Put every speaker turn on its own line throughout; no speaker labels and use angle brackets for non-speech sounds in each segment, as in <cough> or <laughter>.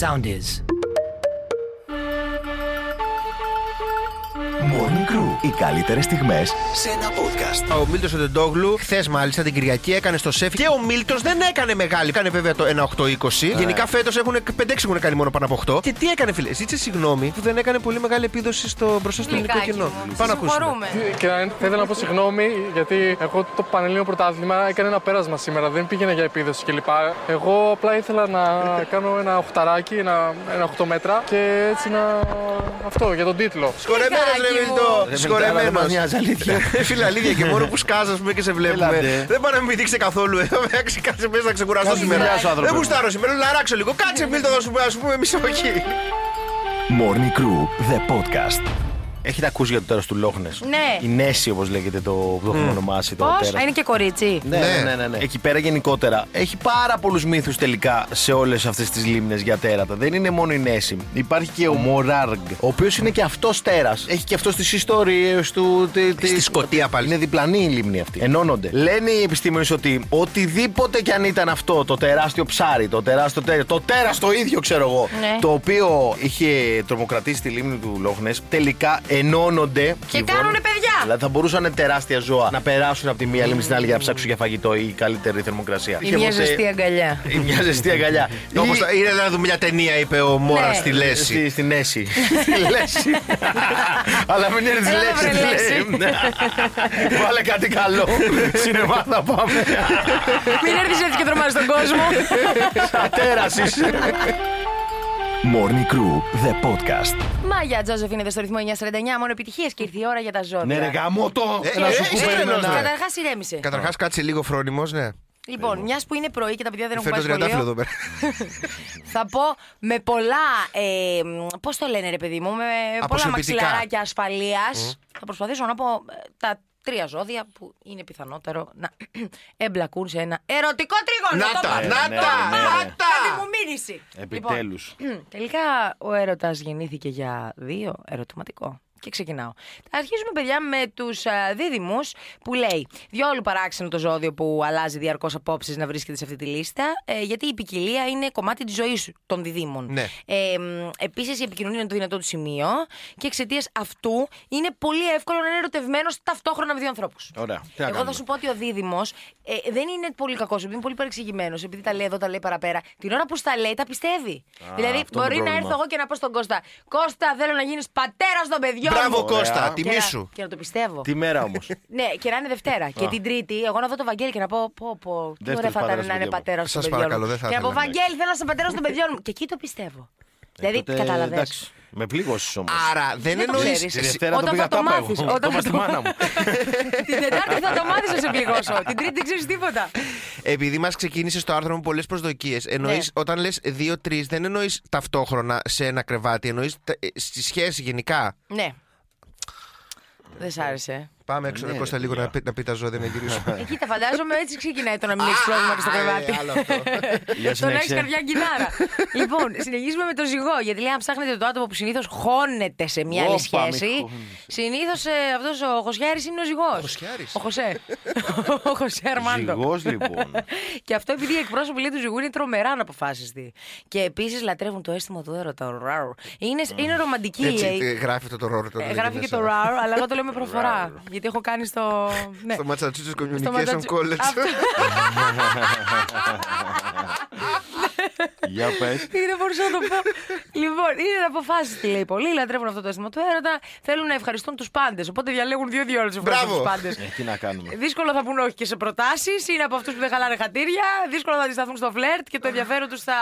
sound is.
Morning Crew. Οι καλύτερες στιγμές σε ένα podcast.
Ο Μίλτος Οντεντόγλου, χθες μάλιστα την Κυριακή, έκανε στο σεφ και ο Μίλτος δεν έκανε μεγάλη. Έκανε βέβαια το 1,820. Γενικά φέτος έχουν 5-6 έχουν κάνει μόνο πάνω από 8. Ε. Και τι έκανε, φίλε. Ζήτησε συγγνώμη που δεν έκανε πολύ μεγάλη επίδοση στο μπροστά στο ελληνικό
Λιγάκι
κοινό.
μόνο.
Πάμε να ακούσουμε.
Συγχωρούμε.
Και να- θα ήθελα να πω συγγνώμη γιατί εγώ το Πανελλήνιο Πρωτάθλημα έκανε ένα πέρασμα σήμερα, δεν πήγαινα για επίδοση κλπ. Εγώ απλά ήθελα να κάνω ένα οχταράκι, ένα, ένα 8 μέτρα και έτσι να. αυτό για τον τίτλο.
Σκορεμένος, ρε
Λιγάκι
Μίλτο.
Ρε, Μίλτο, αλλά
Σκορεμένο.
δεν μας νοιάζει,
<laughs>
αλήθεια.
Φίλε, αλήθεια και μόνο που σκάζα ας πούμε, και σε βλέπουμε.
Έλατε.
Δεν πάω να μην δείξει καθόλου. εδώ. <laughs> Εντάξει, Κάτσε μέσα να ξεκουραστώ
Κάτσε
σήμερα.
δουλειά σου, άνθρωπε.
Δεν γουστάρω σήμερα, λαράξω λίγο. Κάτσε, Μίλτο, να σου πούμε, ας πούμε εμείς από εκεί.
Morning Crew, the podcast.
Έχετε ακούσει για το τέρα του Λόχνε.
Ναι.
Η Νέση, όπως λέγεται το που το έχουμε ονομάσει το
Πώς,
τέρας.
είναι και κορίτσι.
Ναι,
Ναι.
ναι, ναι, ναι, ναι. Εκεί πέρα γενικότερα έχει πάρα πολλούς μύθους τελικά σε όλες αυτές τις λίμνες για τέρατα. Δεν είναι μόνο η Νέσιμ. Υπάρχει και ο Μωράργ, ο οποίος είναι και αυτός τέρας. Έχει και αυτός τις ιστορίες του. τη- τη-
Στη Σκωτία πάλι.
Είναι διπλανή η λίμνη αυτή. Ενώνονται. Λένε οι επιστήμονες ότι οτιδήποτε κι αν ήταν αυτό το τεράστιο ψάρι, το τεράστιο τέρα, το τέρας το ίδιο ξέρω εγώ,
Ναι.
το οποίο είχε τρομοκρατήσει τη λίμνη του Λόχνε, τελικά ενώνονται.
Και
κυβών.
κάνουνε παιδιά.
Δηλαδή θα μπορούσαν τεράστια ζώα να περάσουν από τη μία λίμνη στην άλλη για να ψάξουν για φαγητό ή καλύτερη θερμοκρασία.
Η μια
ε,
ζεστή αγκαλιά.
Ή μια ζεστή αγκαλιά. Ή-
Όπω είναι να δούμε μια ταινία, είπε ο Μόρας
Ναι.
στη Λέση.
Στη- Στην Έση. Στη Λέση. <laughs> Αλλά μην έρθει
Έλα, βρε,
λέξη. <laughs>
Λέση.
τη λέξη. Ναι. Βάλε κάτι καλό. Σινεμά θα πάμε.
Μην έρθεις έτσι και τρομάζεις τον <laughs> κόσμο.
Ατέρασης.
Morning Crew, the podcast.
Μάγια Τζόζεφ είναι εδώ στο ρυθμό 949. Μόνο επιτυχίες και ήρθε η ώρα για τα ζώδια.
Ναι, ρε γάμο το.
Ε,
Να
ε,
σου
ε,
κουμπέρνω
ε,
ένα.
ε,
Καταρχάς ηρέμησε.
Καταρχάς, κάτσε λίγο φρόνιμος, ναι.
Λοιπόν, μιας που είναι πρωί και τα παιδιά δεν έχουν
Φέρνω
πάει
τριαντάφυλλο εδώ
σχολείο.
πέρα.
Θα πω με πολλά. Ε, Πώς το λένε, ρε παιδί μου, με πολλά
Αποσιοποιητικά.
μαξιλαράκια ασφαλείας. Θα προσπαθήσω να πω ε, τα τρία ζώδια που είναι πιθανότερο να εμπλακούν σε ένα ερωτικό τρίγωνο.
Να
Το
τα,
είπα.
να
ναι,
τα,
ναι, ναι.
να
Κάτι
τα.
μου μίλησε.
Επιτέλους.
Λοιπόν, τελικά ο έρωτας γεννήθηκε για δύο, ερωτηματικό. Και ξεκινάω. Θα αρχίσουμε, παιδιά, με τους δίδυμους που λέει: Διόλου παράξενο το ζώδιο που αλλάζει διαρκώς απόψεις να βρίσκεται σε αυτή τη λίστα, ε, γιατί η ποικιλία είναι κομμάτι της ζωής των διδήμων.
Ναι.
Ε, μ, Επίσης, η επικοινωνία είναι το δυνατό του σημείο και εξαιτίας αυτού είναι πολύ εύκολο να είναι ερωτευμένος ταυτόχρονα με δύο ανθρώπους.
Ωραία. Τι να
Εγώ θα
κάνουμε.
σου πω ότι ο δίδυμος ε, δεν είναι πολύ κακός, επειδή είναι πολύ παρεξηγημένος, επειδή τα λέει εδώ, τα λέει παραπέρα. Την ώρα που στα λέει, τα πιστεύει. δηλαδή,
αυτό είναι
μπορεί να
πρόβλημα.
έρθω εγώ και να πω στον Κώστα: Κώστα, θέλω να γίνεις πατέρας των παιδιών.
Μπράβο,
μου».
Κώστα,
Και να-
τιμή σου.
Και να το πιστεύω.
Τη μέρα όμως.
Ναι, και να είναι Δευτέρα. και την Τρίτη, εγώ να δω το Βαγγέλη και να πω: Πω, πω. Τι
Δεύτερος
ωραία θα
πατέρας των
ήταν να είναι
παιδιών μου.
πατέρα των
Σας
παιδιών. μου».
παρακαλώ, δεν θα
Και να πω:
ήθελα,
Βαγγέλη, θέλω να είσαι πατέρας των παιδιών μου. Και εκεί το πιστεύω.
Ε,
Δηλαδή, κατάλαβε.
Με πλήγωσες όμως.
Άρα δεν
Δεν το
εννοείς.
ξέρεις.
Τη Δευτέρα το
Όταν
πήγα
θα το
τάπα
μάθεις,
εγώ. Το
όταν θα
είπα στη
το-
μάνα μου.
<laughs> Την Τετάρτη θα το μάθεις να σε πληγώσω. Την Τρίτη δεν ξέρεις τίποτα.
Επειδή μας ξεκίνησε το άρθρο με πολλές προσδοκίες, εννοείς
Ναι.
όταν λες 2-3, δεν εννοείς ταυτόχρονα σε ένα κρεβάτι, εννοείς στη σχέση γενικά.
Ναι. Δεν σ' άρεσε.
Πάμε
Ναι,
έξω, ρε Κώστα, λίγο να, πει- να πει τα ζώδια να
<laughs>
γυρίσουμε.
Εκεί τα φαντάζομαι έτσι ξεκινάει το να μην έχει πρόβλημα και στο
Α,
κρεβάτι.
ε, άλλο
<laughs>
αυτό.
Για
Το να
ε,
έχεις
συνέχισε.
καρδιά κινάρα. λοιπόν, συνεχίζουμε με το ζυγό. Γιατί λέει, αν ψάχνετε το άτομο που συνήθως χώνεται σε μια άλλη
Όπα,
σχέση,
μη χώνεσαι.
συνήθω αυτός ο Χωσιάρης είναι ο ζυγός. Ο
Χωσιάρης.
Ο Χωσέ. <laughs> ο Χωσέ Αρμάντο.
Ζυγός, λοιπόν.
Και αυτό επειδή οι εκπρόσωποι λέει, του ζυγού είναι τρομερά αναποφάσιστοι. Και επίσης λατρεύουν το αίσθημα του έρωτα. ο ράου. Είναι, είναι ρομαντική,
Έτσι,
λέει.
ε, γράφει αυτό το ρόρο. το
Ε,
λέγεται
Γράφει και το
μέσα.
ράου, αλλά εγώ το λέω
<laughs>
με προφορά. γιατί έχω κάνει στο. ναι.
Στο Massachusetts
Στο
Communication
Ματσατσου-
<laughs>
Αυτό.
College.
Για πες.
Τι δεν μπορούσα να το πω. λοιπόν, είναι αποφάσιστη λέει πολύ. Λατρεύουν αυτό το αίσθημα του έρωτα. Θέλουν να ευχαριστούν τους πάντες. Οπότε διαλέγουν δύο-δύο όλου
Μπράβο.
τους πάντες.
Ε, Τι να κάνουμε.
Δύσκολο θα πούν όχι και σε προτάσεις. Είναι από αυτούς που δεν χαλάνε χατήρια. Δύσκολο θα αντισταθούν στο φλερτ και το ενδιαφέρον τους θα.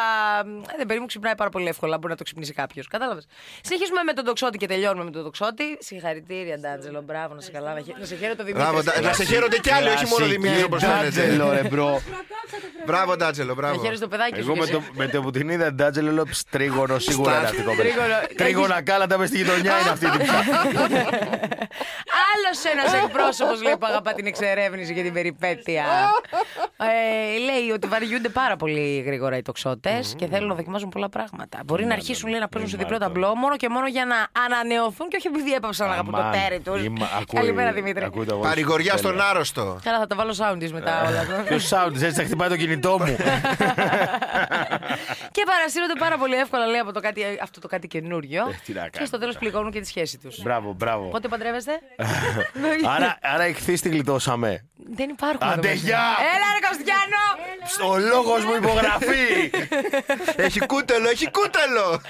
Ε, δεν περίμου ξυπνάει πάρα πολύ εύκολα. Μπορεί να το ξυπνήσει κάποιος. Κατάλαβες. Συνεχίζουμε με τον τοξότη και τελειώνουμε με τον τοξότη. Συγχαρητήρια, Ντάντζελο. Μπράβο, να σε καλά. Να χαι- Να σε χαίρετε το <laughs>
Μπράβο,
Δημήτρη.
Ντα- να σε χαίρονται κι άλλοι, όχι μόνο
Κλασική
Δημήτρη όπως φαίνεται.
Ντάντζελο, ρε, μπρο.
Μπράβο, Ντάτζελο,
Να
μπράβο.
χαίρετε το παιδάκι σου.
Εγώ με
και
το,
εσύ.
με το που την είδα Ντάτζελο λέω «Ψ, τρίγωνο σίγουρα είναι αυτή η κοπέλα.
Τρίγωνο.
Τρίγωνα κάλατα μες στη γειτονιά είναι αυτή. η τυψά.
Άλλος ένας εκπρόσωπος λέει που αγαπά την εξερεύνηση και την περιπέτεια. ε, λέει ότι βαριούνται πάρα πολύ γρήγορα οι τοξότες και θέλουν να δοκιμάζουν πολλά πράγματα. Μπορεί να αρχίσουν λέει, να παίζουν σε διπλό ταμπλό μόνο και μόνο για να ανανεωθούν και όχι επειδή έπαψαν να αγαπούν το
Αμάν,
τέρι τους.
είμα- ακούει-
Καλημέρα Δημήτρη.
ακούει τα voice.
Παρηγοριά στον
Τέλεια.
άρρωστο.
<laughs>
Καλά, θα τα βάλω sound της μετά όλα.
Και ο sound, έτσι θα χτυπάει το κινητό μου.
και παρασύρονται πάρα πολύ εύκολα, λέει, από το κάτι, αυτό το κάτι καινούριο.
Ε, τι να
και
κάνουμε
στο τέλος
τώρα. Ε.
πληγώνουν και τη σχέση τους.
Μπράβο, μπράβο.
Πότε παντρεύεστε,
άρα, άρα εχθείς τη γλιτώσαμε.
Δεν υπάρχουν.
Άντε,
εδώ μέσα.
γεια!
Έλα, ρε Κωστιανό!
Ο λόγος μου υπογραφή.
έχει κούτελο, έχει κούτελο!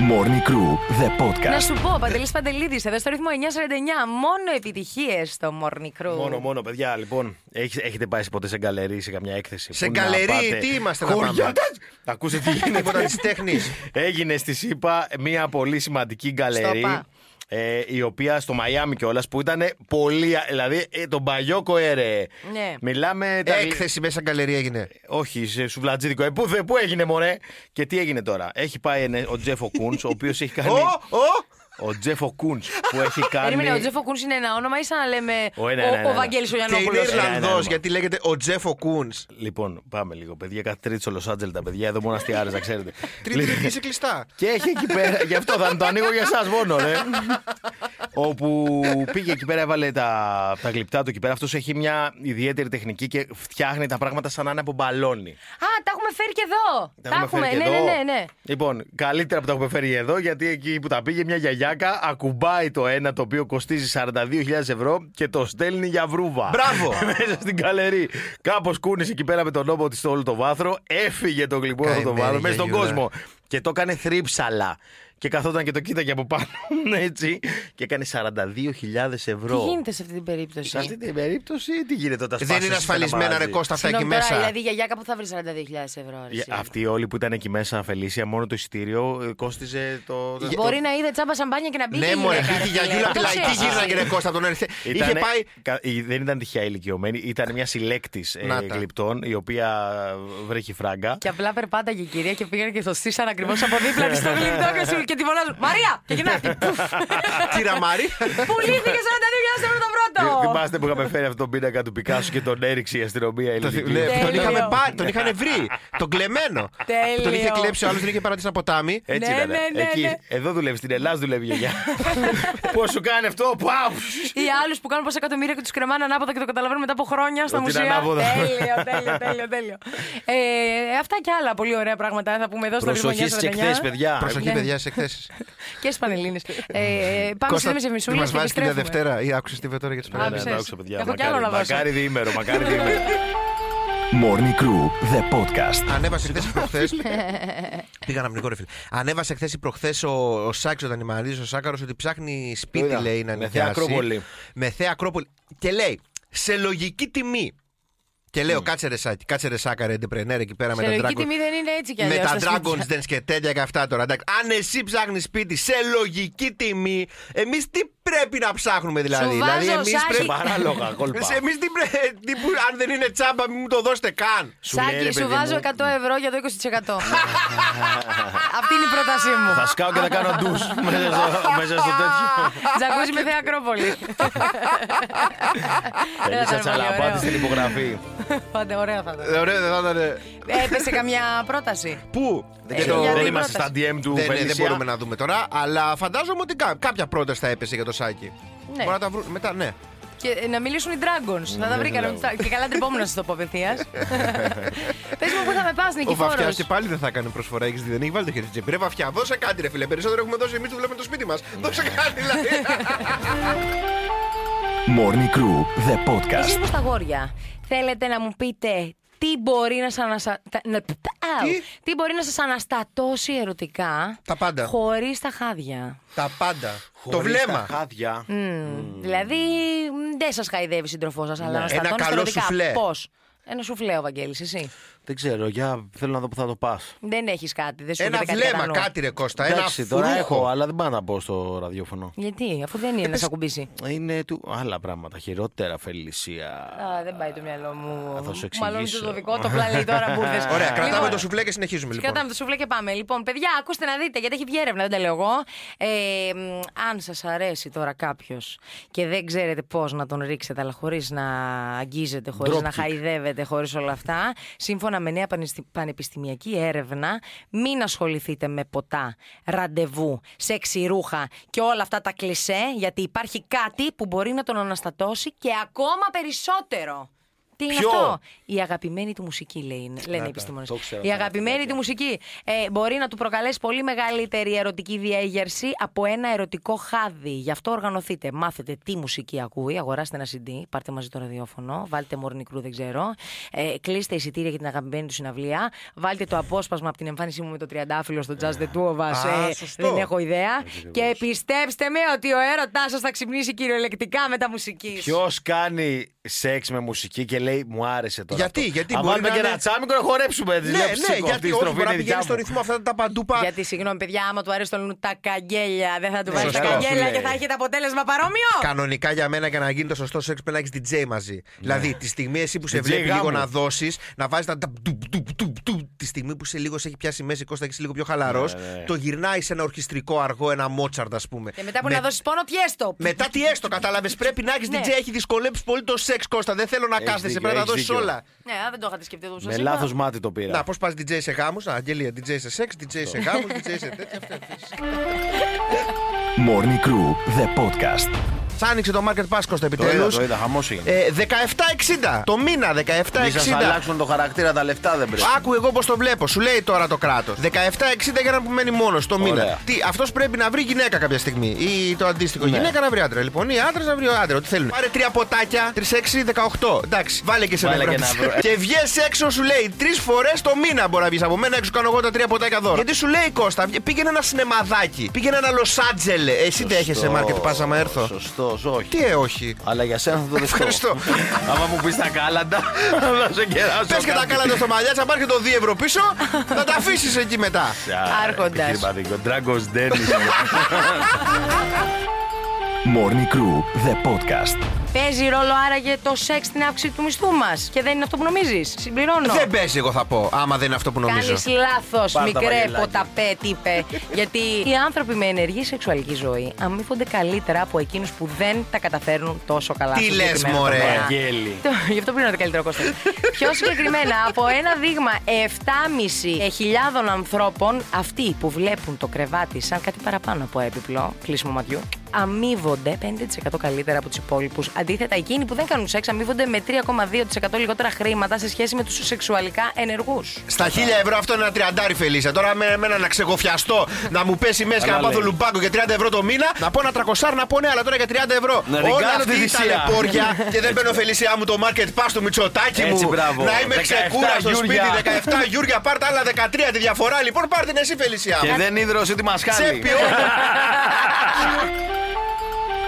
Morning Crew, the
Να
podcast.
σου πω, Παντελής Παντελίδης, εδώ στο ρυθμό 949, μόνο επιτυχίες στο Morning Crew.
μόνο, μόνο, παιδιά, λοιπόν. έχεις- έχετε πάει ποτέ σε γκαλερί, σε καμιά έκθεση.
Σε
Πού να
γκαλερί,
πάτε?
τι είμαστε να πάμε.
Χωριάτας! Ακούσε τι
Τίποτα
γίνεται.
τη τέχνης.
Έγινε στη ΣΥΠΑ μια πολύ σημαντική γκαλερί.
Στο ΠΑ.
Ε, η οποία στο Μαϊάμι κιόλας που ήταν πολύ. Δηλαδή ε, τον παλιό κοέρε.
Ναι.
Μιλάμε. τα γλυ-
Έκθεση μέσα γκαλερία έγινε.
όχι, σε σουβλατζίδικο. Ε, πού, δε- πού έγινε, μωρέ. Και τι έγινε τώρα. Έχει πάει ένα- ο Τζέφο Κούντ, ο οποίος έχει κάνει.
Ο, ο!
ο Τζέφο Κούντ που έχει κάνει.
<laughs> Περίμενε, ο Τζέφο Κούνς είναι ένα όνομα ή σαν να λέμε
Ο, ένα, ένα, ένα.
ο Βαγγέλης ο
Και είναι
Γιαννόπουλος.
Ένα, ένα,
Ιρλανδό
ένα.
γιατί λέγεται ο Τζέφο Κούν.
Λοιπόν, πάμε λίγο, παιδιά. Κάθε τρίτη στο Λο Άντζελ τα παιδιά. Εδώ μόνο αστιάρε, να ξέρετε.
Τρίτη
Λοιπόν,
τρίτη είσαι κλειστά.
Και έχει εκεί πέρα. Γι' αυτό θα το ανοίγω για εσά μόνο, ναι. Όπου πήγε εκεί πέρα, έβαλε τα, τα γλυπτά του εκεί πέρα. Αυτός έχει μια ιδιαίτερη τεχνική και φτιάχνει τα πράγματα σαν να είναι από μπαλόνι.
Α, τα έχουμε φέρει και εδώ. Τα έχουμε,
φέρει
ναι,
και
ναι,
εδώ.
ναι, ναι.
Λοιπόν, καλύτερα που τα έχουμε φέρει εδώ, γιατί εκεί που τα πήγε μια γιαγιάκα ακουμπάει το ένα το οποίο κοστίζει 42.000 ευρώ και το στέλνει για βρούβα.
Μπράβο.
<laughs> Μέσα στην καλερί. Κάπως κούνησε εκεί πέρα με τον νόμο τη στο όλο το βάθρο, έφυγε το γλυκό αυτό το
Καημένη
βάθρο μέσα στον
γιαγιούλα.
κόσμο. Και το έκανε θρύψαλα. Και καθόταν και το κοίταγε από πάνω, <laughs> έτσι. Και έκανε 42.000
Τι
ευρώ.
γίνεται
Σε
σε αυτή την
αυτή
περίπτωση.
την περίπτωση, τι γίνεται όταν
Δεν είναι ασφαλισμένα ρε Κώστα αυτά εκεί
Συγγνώμη τώρα,
μέσα.
δηλαδή για γιάκα που θα βρεις 42.000 ευρώ. ρε, εσύ.
Αυτή όλοι που ήταν εκεί μέσα, Φελίσια, μόνο το εισιτήριο ε, κόστιζε το. το-
Μπορεί να είδε τσάμπα σαμπάνια και να μπει.
Ναι,
και η
μωρέ,
γυναίκα,
πήγε
ρε,
για
φίλε.
γιούλα
Το
πλαϊκή
ξέρεις
γύρνα
εσύ.
και ρε Κώστα τον αριθμό.
Ήτανε-
Είχε πάει.
κα- η- Δεν ήταν τυχαία ηλικιωμένη, ήταν μια συλλέκτης
Να τα.
γλυπτών η οποία βρέχει φράγκα.
Και απλά περπάταγε η κυρία και πήγαινε και το στήσαν ακριβώς από δίπλα της στο γλυμπτό και, σου- και τη φωνάζουν. Μαρία! Και γυρνάει αυτή. Πουφ.
Κύρα Μαρή.
Πουλήθηκε 42.000 ευρώ το
Και
πρώτο.
Θυμάστε που είχαμε φέρει αυτόν τον πίνακα του Πικάσου και τον έριξε η αστυνομία
Το θυ-
ελληνική.
ναι,
Τέλειο.
Τον είχαμε πάρει, τον είχαν βρει. Τον κλεμμένο.
Τέλειο.
Που Τον είχε κλέψει ο άλλος, τον είχε παρατήσει ένα ποτάμι.
Έτσι
Ναι,
ήταν.
ναι, ναι,
Εκεί,
ναι.
Εδώ δουλεύει, στην Ελλάδα δουλεύει η
<laughs>
γιαγιά. Πώς σου κάνει αυτό, πάω!
Ή άλλους που κάνουν πόσα εκατομμύρια και τους κρεμάνε ανάποδα και το καταλαβαίνουν μετά από χρόνια
Ότι
στα
είναι
μουσεία.
ανάποδα.
Τέλειο, τέλειο, τέλειο. τέλειο. Ε, αυτά και άλλα πολύ ωραία πράγματα θα πούμε εδώ στο
Προσοχή στις εκθέσει, παιδιά.
Προσοχή,
Ναι.
παιδιά, σε εκθέσει.
Και στι Πανελίνε. ε, πάμε σε σε
τι
μισούλες
μας
και
βάζεις την
επιστρέφουμε.
Δευτέρα ή άκουσες τι είπε τώρα για τις
Ναι,
παράδειγμα.
ναι,
Άκουσες.
τα άκουσα, παιδιά.
Έχω κι
Μακάρι-
άλλο να βάζω.
Μακάρι διήμερο, μακάρι διήμερο.
Ναι.
Morning Crew, the podcast.
Ανέβασε χθες προχθέ. Πήγα να πνιγώ, ρε φίλε. Ανέβασε χθες προχθές ο, ο Σάξο, ο Δανημαρίδης, ο Σάκαρος, ότι ψάχνει
Το
σπίτι,
είδα.
λέει, να
Με
νοικιάσει.
Θέα Ακρόπολη.
Με θέα Ακρόπολη. Και λέει, σε λογική τιμή. Και λέω, κάτσε ρε Σάκη, κάτσε ρε Σάκα, ρε Εντεπρενέρ εκεί πέρα με
Σε
τα
λογική
Dragon.
τιμή δεν είναι έτσι κι
Με
αλλιώς.
τα Dragon's Dance και τέτοια και αυτά τώρα. εντάξει. Αν εσύ ψάχνεις σπίτι σε λογική τιμή, εμείς τι πρέπει να ψάχνουμε δηλαδή.
Σου βάζω,
δηλαδή, εμείς
Σάκη.
Παράλογα, κόλπα.
Εμείς τι πρέπει. τι που- Αν δεν είναι τσάμπα, μην μου το δώσετε καν.
Σου λέει, ρε,
Σάκη, σου
παιδί
βάζω
μου,
100 ευρώ για το 20%. <laughs> Αυτή είναι η πρότασή
Θα
μου.
σκάω και θα κάνω
<laughs>
ντους μέσα στο- μέσα στο τέτοιο.
Τζακούζι με θέα Ακρόπολη.
Φελίσια
Έλα, τώρα, πολύ ωραίο.
Τσαλαπάτη στην υπογραφή.
Πάντα ωραία θα ήταν.
Ε, Ωραία, δεν θα ήταν.
Έπεσε καμιά πρόταση.
Πού?
Δεν,
Ε,
ξέρω,
για
δεν
την
είμαστε στα DM του
Δεν, δεν
Φελίσια.
μπορούμε να δούμε τώρα, αλλά φαντάζομαι ότι κά- κάποια πρόταση θα έπεσε για το σάκι.
Ναι.
Μπορεί να τα βρουν μετά, ναι.
Και ε, να μιλήσουν οι Dragons. Θα τα βρήκα. να μην τα- Και καλά τρεπόμουν να σας το πω απευθείας.
<laughs>
Πες μου, πού θα με πας,
Ο Βαφιάς και
Νικηφόρο.
πάλι δεν θα έκανε προσφορά, έχεις δει, δεν έχει βάλει το χέρι στην τσέπη. Ρε Βαφιά, δώσε κάτι, ρε φίλε. Περισσότερο έχουμε δώσει εμείς που βλέπουμε το σπίτι μας.
Ναι.
Δώσε κάτι,
<laughs>
δηλαδή.
Morning Crew, the
Εσεί
podcast.
που στα γόρια θέλετε να μου πείτε τι μπορεί να σας αναστα... τα- να- Αου. Τι μπορεί να σας αναστατώσει ερωτικά
Τα πάντα.
χωρίς τα χάδια.
Τα πάντα. Το
Χωρίς
βλέμμα.
τα χάδια.
Μμμ. Δηλαδή, μ, δεν σας χαϊδεύει σύντροφό σας, αλλά να
Ναι. Ένα
αναστατώνεις
καλό
ερωτικά.
σουφλέ.
Πώς. Ένα σουφλέ, ο Βαγγέλης, εσύ.
Δεν ξέρω, για θέλω να δω που θα το πας.
Δεν έχεις κάτι, δεν σου
Ένα
έρχεται κάτι κατά
βλέμμα,
νου.
κάτι ρε Κώστα. Ένα
Εντάξει, τώρα έχω,
φρούχο.
αλλά δεν πάω να πω στο ραδιόφωνο.
Γιατί, αφού δεν είναι να σε ακουμπήσει.
Είναι του άλλα πράγματα, χειρότερα, Φελισία.
Α, δεν πάει το μυαλό μου.
θα σου
Μάλλον
εξηγήσω.
το δικό το απλά λέει
<laughs>
τώρα που ήρθες.
Ωραία, κρατάμε
Λοιπόν,
το σουφλέ και συνεχίζουμε λοιπόν.
Κρατάμε το σουφλέ και πάμε. Λοιπόν, παιδιά, ακούστε να δείτε, γιατί έχει βγει έρευνα, δεν τα λέω εγώ. Ε, μ, αν σας αρέσει τώρα κάποιος και δεν ξέρετε πώς να τον ρίξετε, αλλά χωρίς να αγγίζετε, χωρίς
Drop
να
kick.
χαϊδεύετε, χωρίς όλα αυτά, σύμφωνα με νέα πανεστη- πανεπιστημιακή έρευνα, μην ασχοληθείτε με ποτά, ραντεβού, σεξι ρούχα και όλα αυτά τα κλισέ, γιατί υπάρχει κάτι που μπορεί να τον αναστατώσει και ακόμα περισσότερο. Τι είναι
Ποιο?
αυτό. Η αγαπημένη του μουσική, λέει, λένε οι επιστήμονες.
το ξέρω
Η
τώρα,
αγαπημένη
φιλάκια.
του μουσική ε, μπορεί να του προκαλέσει πολύ μεγαλύτερη ερωτική διέγερση από ένα ερωτικό χάδι. Γι' αυτό οργανωθείτε. Μάθετε τι μουσική ακούει, αγοράστε ένα CD, πάρτε μαζί το ραδιόφωνο, βάλτε μωρή νικρού, δεν ξέρω. Ε, κλείστε εισιτήρια για την αγαπημένη του συναυλία. Βάλτε το απόσπασμα από την εμφάνισή μου με το τριαντάφυλλο στο Just the Two of Us.
Α,
Ε,
σωστό.
δεν έχω ιδέα. Και πιστέψτε με ότι ο έρωτάς σας θα ξυπνήσει κυριολεκτικά μετά μουσικής.
Ποιος κάνει σεξ με μουσική και λέει Μου άρεσε τώρα.
Γιατί,
αυτό».
γιατί
Α,
μπορεί
βάλουμε
να
και
είναι-
ένα τσάμικο να χορέψουμε.
Ναι, ναι, γιατί όχι, μπορεί να πηγαίνει στο ρυθμό αυτά τα παντούπα.
Γιατί συγγνώμη, παιδιά, άμα του αρέσουν τα καγγέλια, δεν θα του βάλει τα
σωστό,
καγγέλια
λέει.
και θα έχετε αποτέλεσμα παρόμοιο.
Κανονικά για μένα για να γίνει το σωστό σεξ πρέπει να έχεις DJ μαζί. Δηλαδή τη στιγμή εσύ που σε
DJ
βλέπει λίγο
Ναι. γάμου.
να δώσεις, να βάζεις τα. ταπ, τουπ, τουπ, τουπ, τουπ. Τη στιγμή που σε λίγο σε έχει πιάσει η μέση Κώστα και είσαι λίγο πιο χαλαρός,
Ναι,
το γυρνάει σε ένα ορχιστρικό αργό, ένα μότσαρντ ας πούμε.
Και μετά που
Με-
να δώσεις πόνο, πιέστο.
Μετά τι έστω, κατάλαβες. Πρέπει να έχεις
Ναι.
DJ, έχει δυσκολέψει πολύ το σεξ Κώστα. Δεν θέλω να
Έχεις
κάθεσαι,
δίκιο,
πρέπει να
έχεις
δώσεις
δίκιο. Ναι.
όλα.
Ναι, α, δεν το είχατε σκεφτεί εδώ που σας
Με
είπα.
λάθος μάτι το πήρα.
Να, πώς πας DJ σε γάμους, να, Αγγελία, DJ σε σεξ, DJ σε γάμου, DJ σε τέτοια.
<laughs>
αυτά, αυτά.
Morning Crew, the podcast.
Σ' άνοιξε το Market Pass Κώστα
το είδα,
επιτέλου.
το είδα, χαμός έγινε.
Ε, 17,60 το μήνα, 17,60.
Μη σας αλλάξουν το χαρακτήρα, τα λεφτά δεν πρέπει.
Άκου εγώ πώς το βλέπω. Σου λέει τώρα το κράτος. 17,60 για να που μένει μόνος το μήνα.
Ωραία.
Τι, αυτός πρέπει να βρει γυναίκα κάποια στιγμή. Ή το αντίστοιχο.
Ναι.
Γυναίκα να βρει άντρα. Λοιπόν, ή άντρας να βρει άντρα. Ό,τι θέλουν. Πάρε τρία ποτάκια. 3,6, 18. Εντάξει, βάλε και σε
Βάλε
ένα
και
βράδυ.
ένα βρω.
Και βγες έξω, σου λέει τρεις φορές το μήνα μπορεί να βγεις από μένα. Έξω κάνω εγώ τα τρία ποτάκια δώρα. Γιατί σου λέει Κώστα, βγε- πήγαινε ένα σινεμαδάκι. Πήγαινε ένα Λος Άντζελε. Εσύ δεν έχεσαι μάρκετ πα άμα έρθω.
Σωστό, όχι.
Τι ε, όχι.
Αλλά για σένα θα το δεχτώ.
Ευχαριστώ.
Άμα μου πεις τα κάλαντα, <laughs> θα σε κεράσω.
Πες και τα κάλατε στο μαλλιά, θα πάρει και το 2 ευρώ πίσω, θα τα αφήσεις εκεί
<laughs>
μετά.
Άρχοντας.
Επιχειρηματικό. Dragon's Den.
<laughs>
Morning Crew, the podcast.
Παίζει ρόλο άραγε το σεξ στην αύξηση του μισθού μας. Και δεν είναι αυτό που νομίζεις. Συμπληρώνω.
Ε, Δεν παίζει, εγώ θα πω, άμα δεν είναι αυτό που νομίζω.
Κάνει λάθος,
Πάρ' τα
μικρέ
βαγγελάκια.
ποταπέ, τι
<laughs>
είπε. Γιατί οι άνθρωποι με ενεργή σεξουαλική ζωή αμείβονται καλύτερα από εκείνους που δεν τα καταφέρνουν τόσο καλά.
Τι
στο
λες,
συγκεκριμένο
μωρέ.
τομέα.
Βαγγέλη.
Το- Γι' αυτό πήραμε το καλύτερο
<laughs>
κόστο. Πιο συγκεκριμένα, από ένα δείγμα 7,5 χιλιάδων ανθρώπων, αυτοί που βλέπουν το κρεβάτι σαν κάτι παραπάνω από έπιπλο, κλείσιμο ματιού, αμείβονται 5% καλύτερα από τους υπόλοιπους. Αντίθετα, εκείνοι που δεν κάνουν σεξ αμείβονται με 3,2% λιγότερα χρήματα σε σχέση με τους σεξουαλικά ενεργούς.
Στα 1000 ευρώ αυτό είναι ένα τριαντάρι φελίσσα. Τώρα με εμένα να ξεγοφιαστώ, να μου πέσει μέσα και να
Καλά
πάθω
λέει.
λουμπάκο για 30 ευρώ το μήνα, να πω ένα τρακοσάρ να πω ναι, αλλά τώρα για 30 ευρώ.
Να την
Όλα
κάνω
αυτή
τη
η
θυσία. <laughs>
ταλαιπώρια και δεν μπαίνω φελίσσιά μου το market pass του μητσοτάκι μου.
Έτσι, μπράβο.
Να είμαι
17
ξεκούραστο σπίτι,
γιούρια.
17 γιούρια, πάρτε άλλα 13 τη διαφορά. Λοιπόν, πάρτε την εσύ φελίσσιά
Και
μου.
δεν ίδρωσε τη μασχάλη.
Τσέπη, όλα.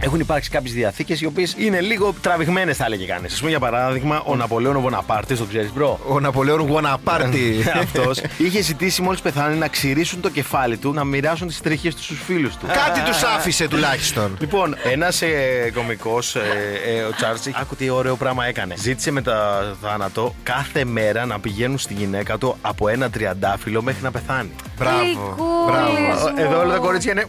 Έχουν υπάρξει κάποιες διαθήκες οι οποίες είναι λίγο τραβηγμένες, θα έλεγε κανείς. Ας πούμε, για παράδειγμα, ο Ναπολέον ο Βοναπάρτης, το ξέρεις, μπρο.
Ο Ναπολέον
<laughs>
Γουαναπάρτη.
Αυτός είχε ζητήσει μόλις πεθάνει να ξηρίσουν το κεφάλι του, να μοιράσουν τις τρίχες τους στους φίλους του.
Κάτι τους άφησε τουλάχιστον.
Λοιπόν, ένας ε, κωμικός, ε, ε, ο Τσάρτσι, άκου τι ωραίο πράγμα έκανε. Ζήτησε με τα θάνατο κάθε μέρα να πηγαίνουν στη γυναίκα του από ένα τριαντάφυλλο μέχρι να πεθάνει. Ε,
Μπράβο. Μπράβο.
Γλυκούλης μου.
Εδώ όλα τα κορίτσια είναι.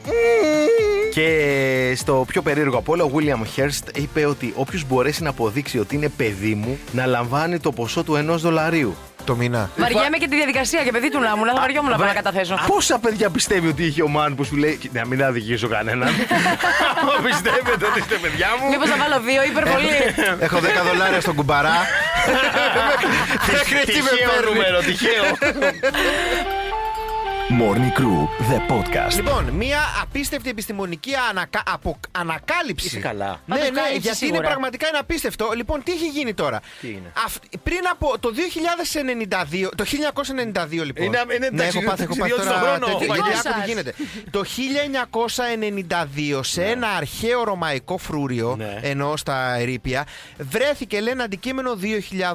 Και στο πιο περίεργο από όλα, ο William Hearst είπε ότι όποιος μπορέσει να αποδείξει ότι είναι παιδί μου, να λαμβάνει το ποσό του ενός δολαρίου.
Το μήνα.
Βαριέμαι και τη διαδικασία και παιδί του να μου, να θα βαριόμουν να πάω να καταθέσω.
Πόσα παιδιά πιστεύει ότι είχε ο Μάν που σου λέει. Να μην αδικήσω κανέναν. <laughs> Άμα πιστεύετε ότι είστε παιδιά μου.
Μήπως να βάλω δύο, υπερβολή.
Έχω 10 δολάρια στον κουμπαρά. Μέχρι εκεί με
Τυχαίο
παίρνει.
νούμερο, τυχαίο.
Morning Crew, the podcast.
Λοιπόν, μία απίστευτη επιστημονική ανακα... απο... ανακάλυψη.
Είσαι καλά.
Ναι, ναι,
Ανακάλυψη
γιατί είναι
σίγουρα.
πραγματικά είναι απίστευτο. Λοιπόν, τι έχει γίνει τώρα.
Τι είναι?
Αυτ- Πριν από το 2092. Το 1992, λοιπόν.
Είναι- είναι
ναι, έχω
ταξιδιώτης-
πάθει, έχω πάθει
ταξιδιώτης
τώρα
στον χρόνο,
τέτοιο-
ο
γιατί
Βαγγέλης.
άκου τι γίνεται. το 1992, σε ένα αρχαίο ρωμαϊκό φρούριο,
Ναι.
ενώ στα ερήπια, βρέθηκε, λέει, ένα αντικείμενο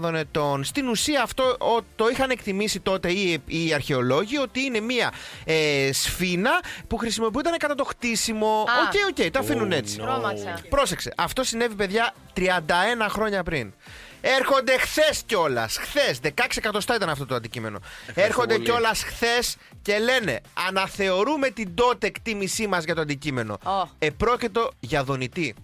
2000 ετών. Στην ουσία, αυτό ο- το είχαν εκτιμήσει τότε οι, οι αρχαιολόγοι ότι είναι μία ε, σφίνα που χρησιμοποιούταν κατά το χτίσιμο.
Α.
Οκ, οκ, τα αφήνουν έτσι.
Τρώμαξα.
Πρόσεξε, αυτό συνέβη, παιδιά, 31 χρόνια πριν. Έρχονται χθες κιόλας. Χθες, 16 εκατοστά ήταν αυτό το αντικείμενο. Έρχονται
πολύ.
κιόλας χθες και λένε Αναθεωρούμε την τότε εκτίμησή μας για το αντικείμενο.
Ω.
Επρόκειτο για δονητή.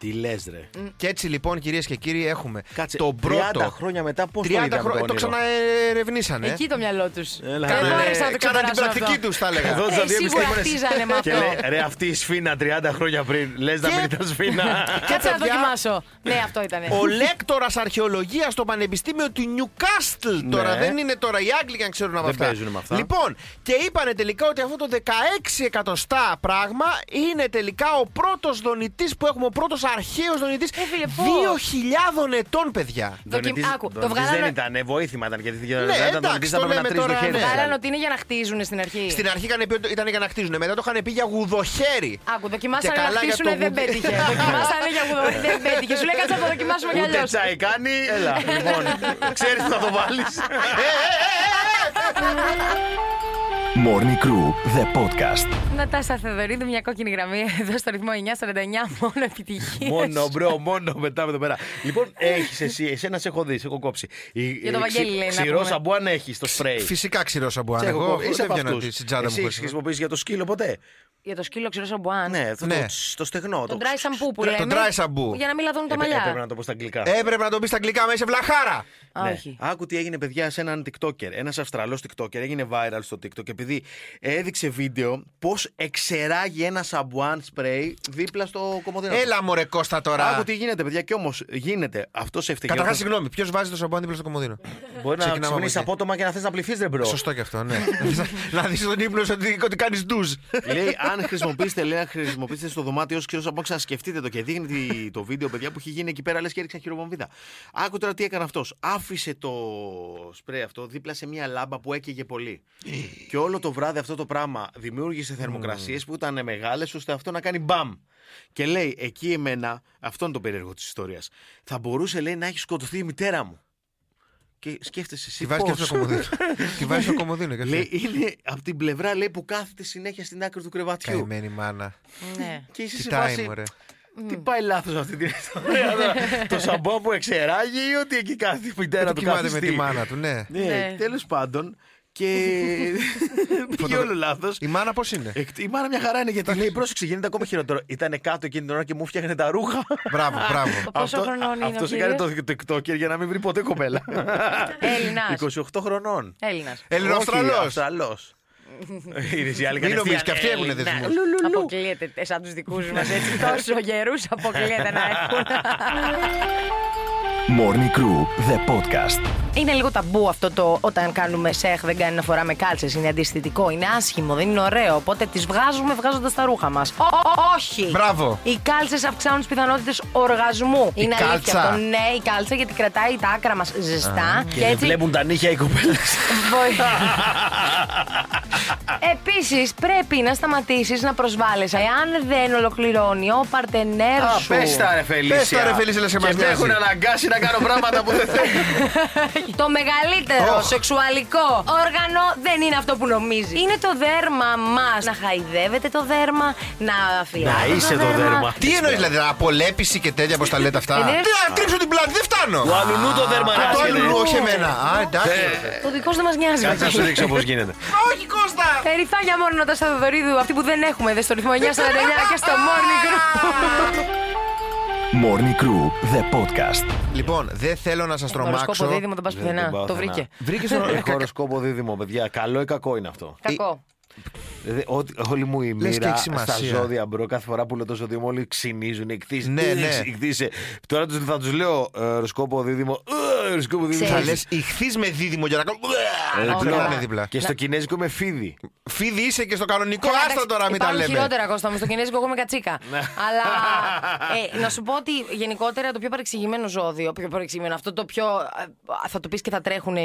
Τι λες, ρε.
Και έτσι λοιπόν, κυρίες και κύριοι, έχουμε
Κάτσε.
το πρώτο.
30 χρόνια μετά, πώς
30
το είδαμε
χρόνια.
το,
Το
όνειρο?
ξαναερευνήσανε. ε.
Εκεί το μυαλό τους.
Έλα,
Δεν
ρε.
μπόρεσαν να το
Κάναν την
ξεπεράσουν
πρακτική
αυτό.
τους, θα έλεγα.
Εδώ
Ε,
τους αντίεπιστήμονες.
σίγουρα χτίζανε με
Και
αυτό.
λέει, ρε, αυτή η σφίνα 30 χρόνια πριν. Λες να
Και-
μην ήταν σφίνα.
Κάτσε να
παιδιά,
δοκιμάσω. Ναι, αυτό ήταν.
Ο λέκτορας αρχαιολογίας στο Πανεπιστήμιο του Νιουκάστλ. Τώρα δεν είναι τώρα οι Άγγλοι αν ξέρουν από
Ναι. Δεν
αυτά.
παίζουν με αυτά.
Λοιπόν, και είπανε τελικά ότι αυτό το 16 εκατοστά πράγμα είναι τελικά ο πρώτος δονητής που έχουμε, ο πρώτος αρχαίος δονητής
Ε, φίλε, πώς?
2.000 ετών, παιδιά.
<laughs> Δοκιμ-
Δονητής-
Άκου, το
δονητής
βγάλανε-
Δεν ήταν, ε, βοήθημα ήταν. Γιατί
Ναι,
δεν ήταν
εντάξει,
δονητής,
το
θα πρέπει να
λέμε
τρεις το
τώρα,
χέρι.
ναι.
τους.
Άρα ότι είναι για να χτίζουν στην αρχή.
Στην αρχή είχαν πει ότι ήταν για να χτίζουν, μετά το είχαν πει για γουδοχέρι.
Άκου, δοκιμάσανε να
Και καλά για
χτίσουνε,
το
δεν
γουδι-
πέτυχε.
<laughs>
δοκιμάσανε για γουδό, <laughs> δεν πέτυχε. Σου λέει κάτσε να το δοκιμάσουμε κι
Ούτε
αλλιώς.
τσάι κάνει. Έλα, λοιπόν. Ξέρεις τι θα το βάλεις. <laughs>
Ε,
Morning Crew, the podcast.
Νατάσα Θεοδωρίδου, μια κόκκινη γραμμή εδώ στο ρυθμό 949, μόνο επιτυχίες.
Μόνο μπρο, μόνο μετά με το πέρα. Λοιπόν, έχεις εσύ, εσένα σε έχω δει, σε έχω κόψει. Για
τον Βαγγέλη λέει να
Ξηρό
πούμε.
σαμπουάν έχεις το σπρέι.
Φυσικά ξηρό σαμπουάν.
Σε έχω
Εγώ
κόψει. Είσαι
δεν
από
βγαίνω
αυτούς.
στην τσάντα μου.
Εσύ έχει
χωρίς αυτό.
χρησιμοποιήσει για το σκύλο ποτέ.
Για το σκύλο ξηρό σαμπουάν.
Ναι, αυτό
Ναι.
το, τσ, το στεγνό.
Το
το
dry shampoo που
Το
λέμε.
dry shampoo.
Για να μην λαδώνουν τα
Έπρεπε- Ε, Έπρεπε
μαλλιά.
να το πω στα αγγλικά.
Έπρεπε να το πεις στα αγγλικά, μέσα βλαχάρα.
Α,
Ναι.
όχι.
Άκου τι έγινε, παιδιά, σε έναν TikToker. Ένας Αυστραλός TikToker έγινε viral στο TikTok επειδή έδειξε βίντεο πώς εξεράγει ένα σαμπουάν σπρέι δίπλα στο κομμωδίνο.
Έλα μωρέ Κώστα
Άκου
τώρα.
τι γίνεται, παιδιά, και όμως γίνεται. Αυτό σε ευτυχία.
Καταρχάς, συγγνώμη, ποιος βάζει το σαμπουάν δίπλα στο κομμωδίνο.
Μπορεί να
ξεκινάμε από
ξυπνήσει
εκεί.
απότομα και να θες να πληθείς, ρε μπρο.
Σωστό και αυτό, ναι. <laughs> να δεις τον ύπνο σου ότι, ότι κάνεις ντουζ.
λέει, αν χρησιμοποιήσετε, λέει, αν χρησιμοποιήσετε στο δωμάτιο ως ξηρό σαμπουάν, ξανασκεφτείτε το. Και δείχνει τη- το βίντεο, παιδιά, που έχει γίνει εκεί πέρα, λες και έριξαν χειροβομβίδα. Άκου τώρα τι έκανε αυτός. Άφησε το σπρέι αυτό δίπλα σε μια λάμπα που έκαιγε πολύ. και όλο το βράδυ αυτό το πράγμα δημιούργησε θερμοκρασίες που ήταν μεγάλες, ώστε αυτό να κάνει μπαμ. Και λέει, εκεί εμένα, αυτό είναι το περίεργο της ιστορίας. Θα μπορούσε, λέει, να έχει σκοτωθεί η μητέρα μου. Και σκέφτεσαι εσύ.
Τη βάζεις και
πώς.
στο κομμωδίνο. Τη βάζει στο κομμωδίνο και
Λέει,
αυτή.
είναι από την πλευρά λέει, που κάθεται συνέχεια στην άκρη του κρεβατιού.
Καημένη μάνα.
Ναι.
Και είσαι σε
Κοιτάει,
φάση.
μωρέ.
Τι πάει λάθος αυτή την
<laughs>
ιστορία. τώρα? το σαμπό που εξεράγει ή ότι εκεί κάθεται η μητέρα
Του
του
κοιμάται με
κάθεται.
τη μάνα του, ναι.
Ναι,
Ναι.
τέλος πάντων.
<laughs>
Και. Πήγε όλο λάθος.
Η μάνα πώς είναι.
Η μάνα μια χαρά είναι γιατί λέει πρόσεξε, γίνεται ακόμα χειρότερο. Ήταν κάτω εκείνη την ώρα και μου φτιάχνε τα ρούχα.
Μπράβο, μπράβο.
Πόσο χρονών είναι ο
Αυτός έκανε
κύριος?
το TikToker για να μην βρει ποτέ κοπέλα.
Έλληνας.
28 χρονών.
Έλληνας.
Όχι,
Ελληνοαυστραλό.
Αυστραλός.
<laughs>
Είδες, οι άλλοι
Μην νομίζεις και αυτοί
κατευθείαν, Ε,
έχουν
«Έλληνα».
δεσμού.
Αποκλείεται ε, σαν τους δικούς μας έτσι. Τόσο γερούς αποκλείεται να έχουν.
Morning Crew, the podcast.
Είναι λίγο ταμπού αυτό το όταν κάνουμε σεχ δεν κάνει να φοράμε κάλτσες Είναι αντιστητικό, είναι άσχημο, δεν είναι ωραίο. Οπότε τις βγάζουμε βγάζοντας τα ρούχα μας. Όχι!
Μπράβο.
Οι κάλτσες αυξάνουν τις πιθανότητες οργασμού. είναι αλήθεια
κάλτσα.
αυτό. Ναι, η κάλτσα γιατί κρατάει τα άκρα μας ζεστά. και
Και
έτσι
ε, βλέπουν τα νύχια οι κοπέλες.
Επίσης, πρέπει να σταματήσεις να προσβάλλεσαι. Εάν δεν ολοκληρώνει ο παρτενέρ
Α,
σου.
πες τα ρε Φελίσια.
Πες τα, ρε, Φελίσια, λες, σε
Και
μας
με
νοιάζει.
έχουν αναγκάσει να κάνω πράγματα που δεν θέλω.
Το μεγαλύτερο
Οχ.
σεξουαλικό όργανο δεν είναι αυτό που νομίζεις. Είναι το δέρμα μας. Να χαϊδεύετε το δέρμα, να αφιερώνετε.
είσαι το δέρμα.
Τι εννοείς δηλαδή, να απολέπιση και τέτοια πώ τα λέτε αυτά.
Ε, ναι.
Τι να κρύψω την πλάτη, δεν φτάνω.
Του αλουνού το Ε. δέρμα
Α, Το
ράσκεται.
άλλο όχι εμένα. Α, εντάξει.
Το δικό σου δεν μας νοιάζει.
Κάτσε να
Βασίλη.
σου δείξω πώς γίνεται.
Όχι, Κώστα!
Περιφάνεια μόνο να τα σταδοδορίδου, αυτή που δεν έχουμε εδώ στο ρυθμό 949 και στο morning group.
Morning Crew, the podcast.
Λοιπόν, δεν θέλω να σας
Οροσκόπο
τρομάξω.
δίδυμο δεν πα πουθενά. Το βρήκε.
Βρήκες τον χοροσκόπο δίδυμο, παιδιά. Καλό ή κακό είναι αυτό.
Κακό.
Δε- ό,τι- όλη μου η
Λες και
μοίρα
έχει
στα
σημασία.
ζώδια μπρο, κάθε φορά που λέω το ζώδιο μου, όλοι ξυνίζουν, εκτίζουν.
Ναι, ναι.
Τώρα τους- θα τους λέω ε, οροσκόπο δίδυμο. ε, οροσκόπο δίδυμο.
Θα
Ξέρεις.
λες ηχθείς με δίδυμο για να κάνω.
Ε,
Να
Ω,
τρελάνε
ναι.
δίπλα.
Και στο κινέζικο είμαι φίδι.
Φίδι είσαι και στο κανονικό,
Καλά,
άστα
εντάξει,
τώρα μην τα
υπάρχουν
λέμε. Ναι.
χειρότερα, Κώστα μου. Στο κινέζικο εγώ είμαι κατσίκα.
<laughs>
Αλλά ε, να σου πω ότι γενικότερα το πιο παρεξηγημένο ζώδιο, πιο παρεξηγημένο, αυτό το πιο. ε, Θα το πεις και θα τρέχουν ε,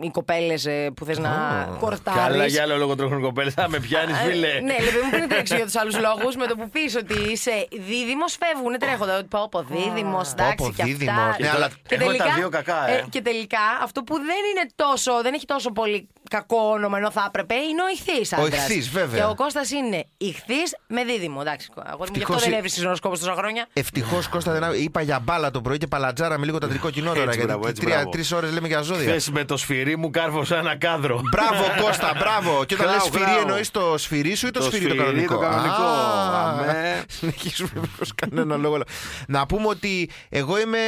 οι κοπέλες που θες να
Καλά,
κορτάρει.
για άλλο λόγο τρέχουν κοπέλες. Θα με πιάνεις,
ε,
φίλε.
ναι, λοιπόν, μην πριν τρέξει για τους άλλους λόγους. Με το που πεις ότι είσαι δίδυμος, φεύγουν τρέχοντα. Ότι πάω από δίδυμο, εντάξει και
δίδυμος.
αυτά.
Ναι, αλλά
έχω τα δύο κακά, ε.
και τελικά αυτό που δεν είναι τόσο, δεν έχει τόσο πολύ κακό όνομα ενώ θα έπρεπε, είναι ο ηχθής.
Ο Ιχθύς, βέβαια.
Και ο Κώστας είναι ηχθής με δίδυμο. Εντάξει, αγόρι μου, γι' αυτό
Ευτυχώς
δεν
ε-
έβρισε οροσκόπο τόσα χρόνια.
Ευτυχώς Κώστα δεν άκου- είπα για μπάλα το πρωί και παλατζάραμε λίγο τατρικό κοινό τώρα.
Έτσι, μπράβο,
Γιατί
έτσι, μπράβο.
τρεις ώρες λέμε για ζώδια.
Χθες με το σφυρί μου κάρφωσα ένα κάδρο.
Μπράβο Κώστα, μπράβο. Και όταν
Μπράβο,
λες σφυρί
μπράβο.
εννοείς το σφυρί σου ή το,
Το
σφυρί το
σφυρί,
κανονικό.
το κανονικό.
Α,
Αμέ.
Συνεχίζουμε μήπως κανένα λόγο. άλλο. Να πούμε ότι εγώ είμαι.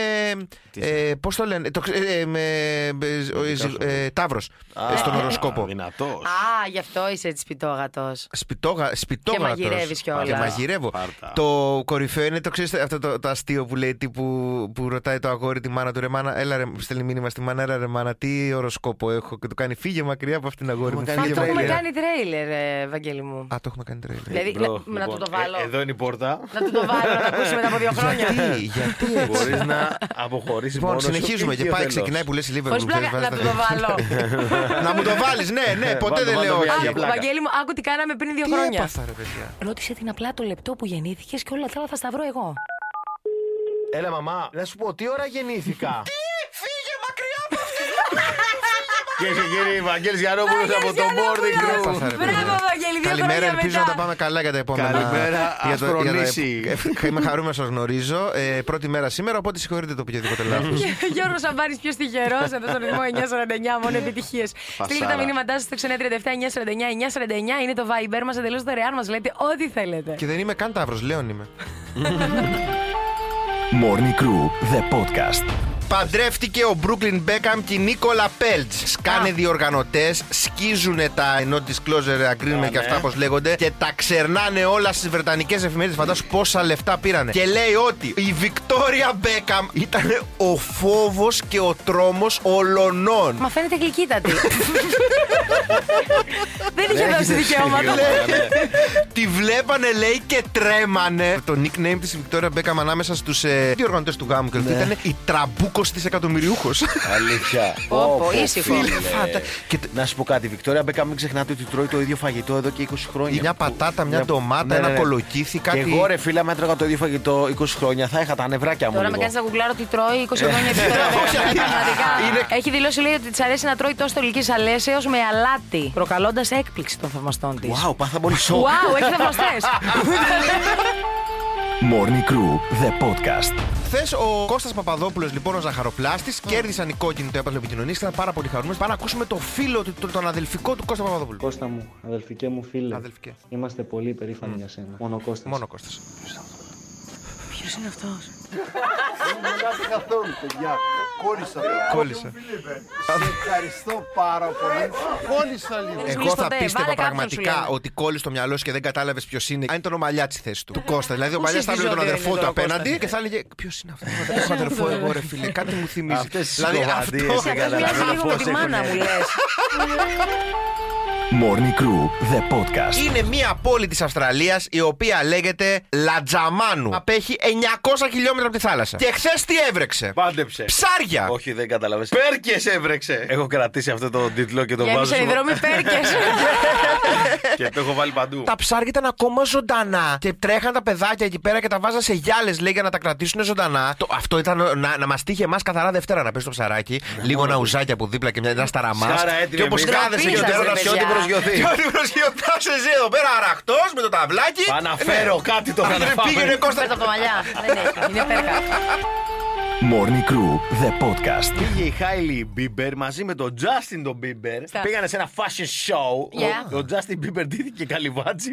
ε, Πώς το λένε. το ξε- ε, με- ε, ο- ε, Ταύρος ε, στον οροσκόπο.
Δυνατός.
Α, γι' αυτό είσαι έτσι πιτόγατος.
Σπιτόγα, σπιτόγατος.
Και μαγειρεύεις κιόλας.
Και μαγειρεύω.
Πάρτα.
Το κορυφαίο είναι το ξέρεις αυτό το, το αστείο που λέει τι που, που ρωτάει το αγόρι τη μάνα του ρε μάνα. Έλα ρε, στέλνει μήνυμα στη μάνα, έλα ρε μάνα, τι οροσκόπο έχω. Και του κάνει φύγε μακριά από αυτήν αγόρι μου.
κάνει
Μα
φύγε
το έχουμε
μακριά».
κάνει τρέιλερ, ε, Βαγγέλη μου.
Ε, Α, το έχουμε κάνει τρέλα.
Δηλαδή, να, να του το βάλω.
λοιπόν, ε, εδώ είναι η πόρτα.
Να του το βάλω, να το ακούσουμε μετά από δύο χρόνια.
<laughs> γιατί,
<laughs>
γιατί έτσι.
Μπορείς να αποχωρήσεις
Λοιπόν, συνεχίζουμε και πάει, ξεκινάει που λες Λίβερπουλ.
Χωρίς πλάκα, να του το βάλω.
Να μου το βάλεις, ναι, ναι, ποτέ
Βάλ' το,
δεν
βάλ' το,
λέω
μια
όχι.
<laughs> για
Άκου,
πλάκα.
Βαγγέλη μου, άκου τι κάναμε πριν δύο
Τι
χρόνια.
έπαθα, ρε παιδιά.
Ρώτησε την απλά το λεπτό που γεννήθηκες και όλα τα άλλα θα σταυρώ <laughs> εγώ.
Έλα, μαμά, να σου πω τι ώρα γεννήθηκα. Φύγε μακριά από αυτή! Και κύριοι Βαγγέλης Γιαννόπουλος από το Boarding Group.
Έπαθα, ρε παιδιά.
Μπράβο, Βαγγέλη, δύο
Καλημέρα,
χρόνια
ελπίζω να
μετά.
τα πάμε καλά για τα επόμενα.
Καλημέρα,
για το-
Ασπρονήσι.
για τα- ε, Είμαι χαρούμενος να σας γνωρίζω. Ε, πρώτη μέρα σήμερα, οπότε συγχωρείτε το οποιοδήποτε
<laughs>
λάθος.
Γιώργος Σαμπάρης, πιο τυχερό, εδώ στον ρυθμό 949, μόνο επιτυχίες. Στείλτε τα
Φασάρα.
μηνύματά σας στο 6937-949-949, είναι το Viber μας εντελώς δωρεάν, μας λέτε ό,τι θέλετε.
Και δεν είμαι καν ταύρος, Λέων είμαι.
Morning Crew, the podcast.
Παντρεύτηκε ο Brooklyn Beckham και η Νίκολα Πέλτ. Σκάνε διοργανωτέ, σκίζουν τα ενώ της Closer Agreement και αυτά πώς λέγονται και τα ξερνάνε όλα στις βρετανικές εφημερίδες. Φαντάσου πόσα λεφτά πήρανε. Και λέει ότι η Βικτόρια Μπέκαμ ήταν ο φόβος και ο τρόμος ολονών.
Μα φαίνεται γλυκύτατη. <laughs> Δεν είχε
Ναι,
δώσει δικαιώματα.
Τη βλέπανε, λέει, και τρέμανε. Το nickname της Βικτόρια Μπέκαμ ανάμεσα στους ε, διοργανωτές του γάμου και ήταν η τραμπούκο τη εκατομμυριούχο. <laughs>
Αλήθεια. <laughs> Ε.
Όπο,
Όπο,
ήσυχο.
φίλε.
Φαντα- και τ-
Να σου πω κάτι, η Βικτόρια Μπέκαμ, μην ξεχνάτε ότι τρώει το ίδιο φαγητό εδώ και 20 χρόνια.
Μια
Που- Ναι,
πατάτα, μια ντομάτα, ένα κολοκύθι, κάτι-
Και εγώ ρε φίλα, με έτρωγα το ίδιο φαγητό 20 χρόνια, θα είχα τα νευράκια μου.
Τώρα με
λίγο.
κάνεις να γουγκλάρω τι τρώει 20
Ε,
χρόνια και τώρα
Όχι,
δεν
αλήθεια. Είναι-
πραγματικά. Έχει δηλώσει λέει ότι της αρέσει να τρώει τόσο τολικής αλέσεως με αλάτι, προκαλώντας έκπληξη των θαυμαστών της.
Wow, πάθα πολύ σοκ.
Wow, έχει
<laughs>
θαυμαστές.
Morning Crew, the podcast.
Χθες ο Κώστας Παπαδόπουλος, λοιπόν, ο Ζαχαροπλάστης, κέρδισαν οι κόκκινοι το έπαθλο επικοινωνία και ήταν πάρα πολύ χαρούμενος. Πάμε να ακούσουμε το φίλο του, τον- τον αδελφικό του Κώστα Παπαδόπουλου.
Κώστα μου, αδελφικέ μου φίλε.
Αδελφικέ.
Είμαστε πολύ περήφανοι για σένα. Μόνο Κώστας.
Μόνο Κώστα.
καθόλου, παιδιά. Κόλλησα.
Κόλλησα.
Ευχαριστώ πάρα πολύ. Κόλλησα λίγο.
Εγώ
μιλήσω
θα
ντε,
πίστευα
βάλε κάποιον, σου
πραγματικά
λένε.
ότι κόλλησε το μυαλό σου και δεν κατάλαβες ποιος είναι. Αν ήταν ο μαλλιάς της θέσης του. Του Κώστα. Δηλαδή ο
Πού
μαλλιάς θα
συζητήσω
βλέπει τον
ότι
αδερφό
είναι
του
τώρα ο
απέναντι
Κώστας.
και θα έλεγε Ποιος είναι αυτός. Δεν έχω αδερφό εγώ, ρε φίλε. Κάτι μου θυμίζει.
Αυτές τις
Δηλαδή
κοβαντίες,
αυτό.
δεν
Αυτό μοιάζει
καταλαβαίνω
λίγο με
πώς
τη μάνα
έχουνε.
μου, λες.
Morning Crew, the podcast.
Είναι μια πόλη της Αυστραλίας η οποία λέγεται Λατζαμάνου. Απέχει 900 χιλιόμετρα από τη θάλασσα. Και χθες τι έβρεξε.
Πάντεψε.
Ψάρια!
Όχι, δεν καταλαβαίνεις. Πέρκες έβρεξε. Έχω κρατήσει αυτό το τίτλο και το βάζω.
Γέμισαν οι
στο-
δρόμοι πέρκες.
<laughs> Και το έχω βάλει παντού.
Τα ψάρια ήταν ακόμα ζωντανά και τρέχαν τα παιδάκια εκεί πέρα και τα βάζαν σε γυάλες, λέει, για να τα κρατήσουν ζωντανά. Το, αυτό ήταν ε, να, να μας τύχει εμάς καθαρά Δευτέρα να πέσει το ψαράκι, λίγο ένα ουζάκι από δίπλα και μια ένα σταραμά.
Ναι, Σάρα, έτοιμη
Και όπως
εμείς.
κάθεσαι και ο
Ντροπή σας,
τέρα
ρε,
Και ό,τι
παιδιά.
προσγειωθεί.
Και ό,τι προσγειωτάς εσύ εδώ πέρα αραχτός με το ταυλάκι.
Θα αναφέρω κάτι το
Άντρε,
καταφάμε.
πήγαινε Κώστα.
<laughs>
Πέτω από το μαλλιά. Δεν έχει. Ναι, Είναι πέρκα.
Morning Crew, the podcast.
Πήγε η Χάιλι Μπίμπερ μαζί με τον Justin τον Μπίμπερ.
Στα-
Πήγανε σε ένα fashion show.
Yeah.
Ο, ο Justin Bieber ντύθηκε καλυβάτσι.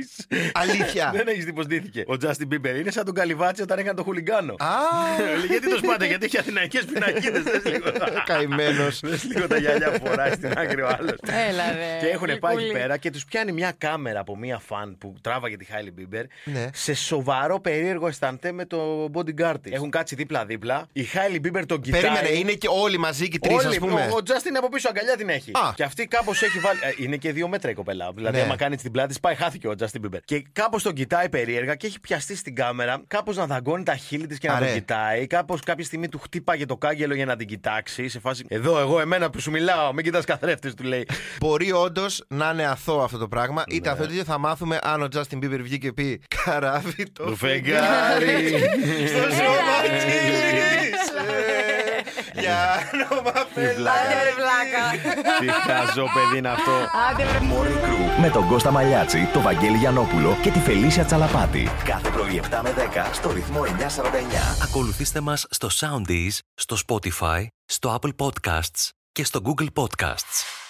Αλήθεια.
<laughs> Δεν έχεις δει πώς ντύθηκε. Ο Justin Bieber είναι σαν τον καλυβάτσι όταν έκανε τον χουλιγκάνο. <laughs> Ε,
Α,
Λέει, γιατί το σπάτε, γιατί έχει αθηναϊκές πινακίδες. Δες λίγο.
Καημένος.
Δες λίγο τα γυαλιά που φοράει στην άκρη ο άλλος.
Έλα, ρε,
Και έχουν πάει
γλυκούλη.
εκεί πέρα και τους πιάνει μια κάμερα από μια φαν που τράβαγε τη Χάιλι Μπίμπερ.
Ναι.
Σε σοβαρό περίεργο αισθαντέ με το bodyguard της. Έχουν κάτσει δίπλα-δίπλα. Η Χάιλι Μπίμπερ τον κοιτάει.
περίμενε, είναι και όλοι μαζί και τρει, α
Όλοι,
πούμε.
Ο, ο Justin από πίσω αγκαλιά την έχει.
Α.
Και αυτή κάπως έχει βάλει. ε, Είναι και δύο μέτρα η κοπέλα. Δηλαδή,
Ναι.
άμα κάνεις την πλάτη, της, πάει, χάθηκε ο Justin Bieber. Και κάπως τον κοιτάει περίεργα και έχει πιαστεί στην κάμερα. Κάπως να δαγκώνει τα χείλη της και να
Αρέ.
τον κοιτάει. Κάπως κάποια στιγμή του χτύπαγε το κάγκελο για να την κοιτάξει. Σε φάση. Εδώ, εγώ, εμένα που σου μιλάω, μην κοιτάς καθρέφτη, του λέει.
Μπορεί όντως να είναι αθώο αυτό το πράγμα. Είτε αθώο είτε θα μάθουμε αν ο Justin Bieber βγει και πει Καράβι το
<laughs> Το φεγγάρι.
στο σώμα
Έλα, ρε.
κυλήσε».
Για όνομα
βλάκα.
Άντε, ρε βλάκα.
Τι χαζό παιδί είναι αυτό.
Άντε, ρε.
Morning Crew με τον Κώστα Μαλιάτση, τον Βαγγέλη Γιανόπουλο και τη Φελίσια Τσαλαπάτη. Κάθε πρωί 7 με 10 στο ρυθμό 949.
Ακολουθήστε μας στο Soundees, στο Spotify, στο Apple Podcasts και στο Google Podcasts.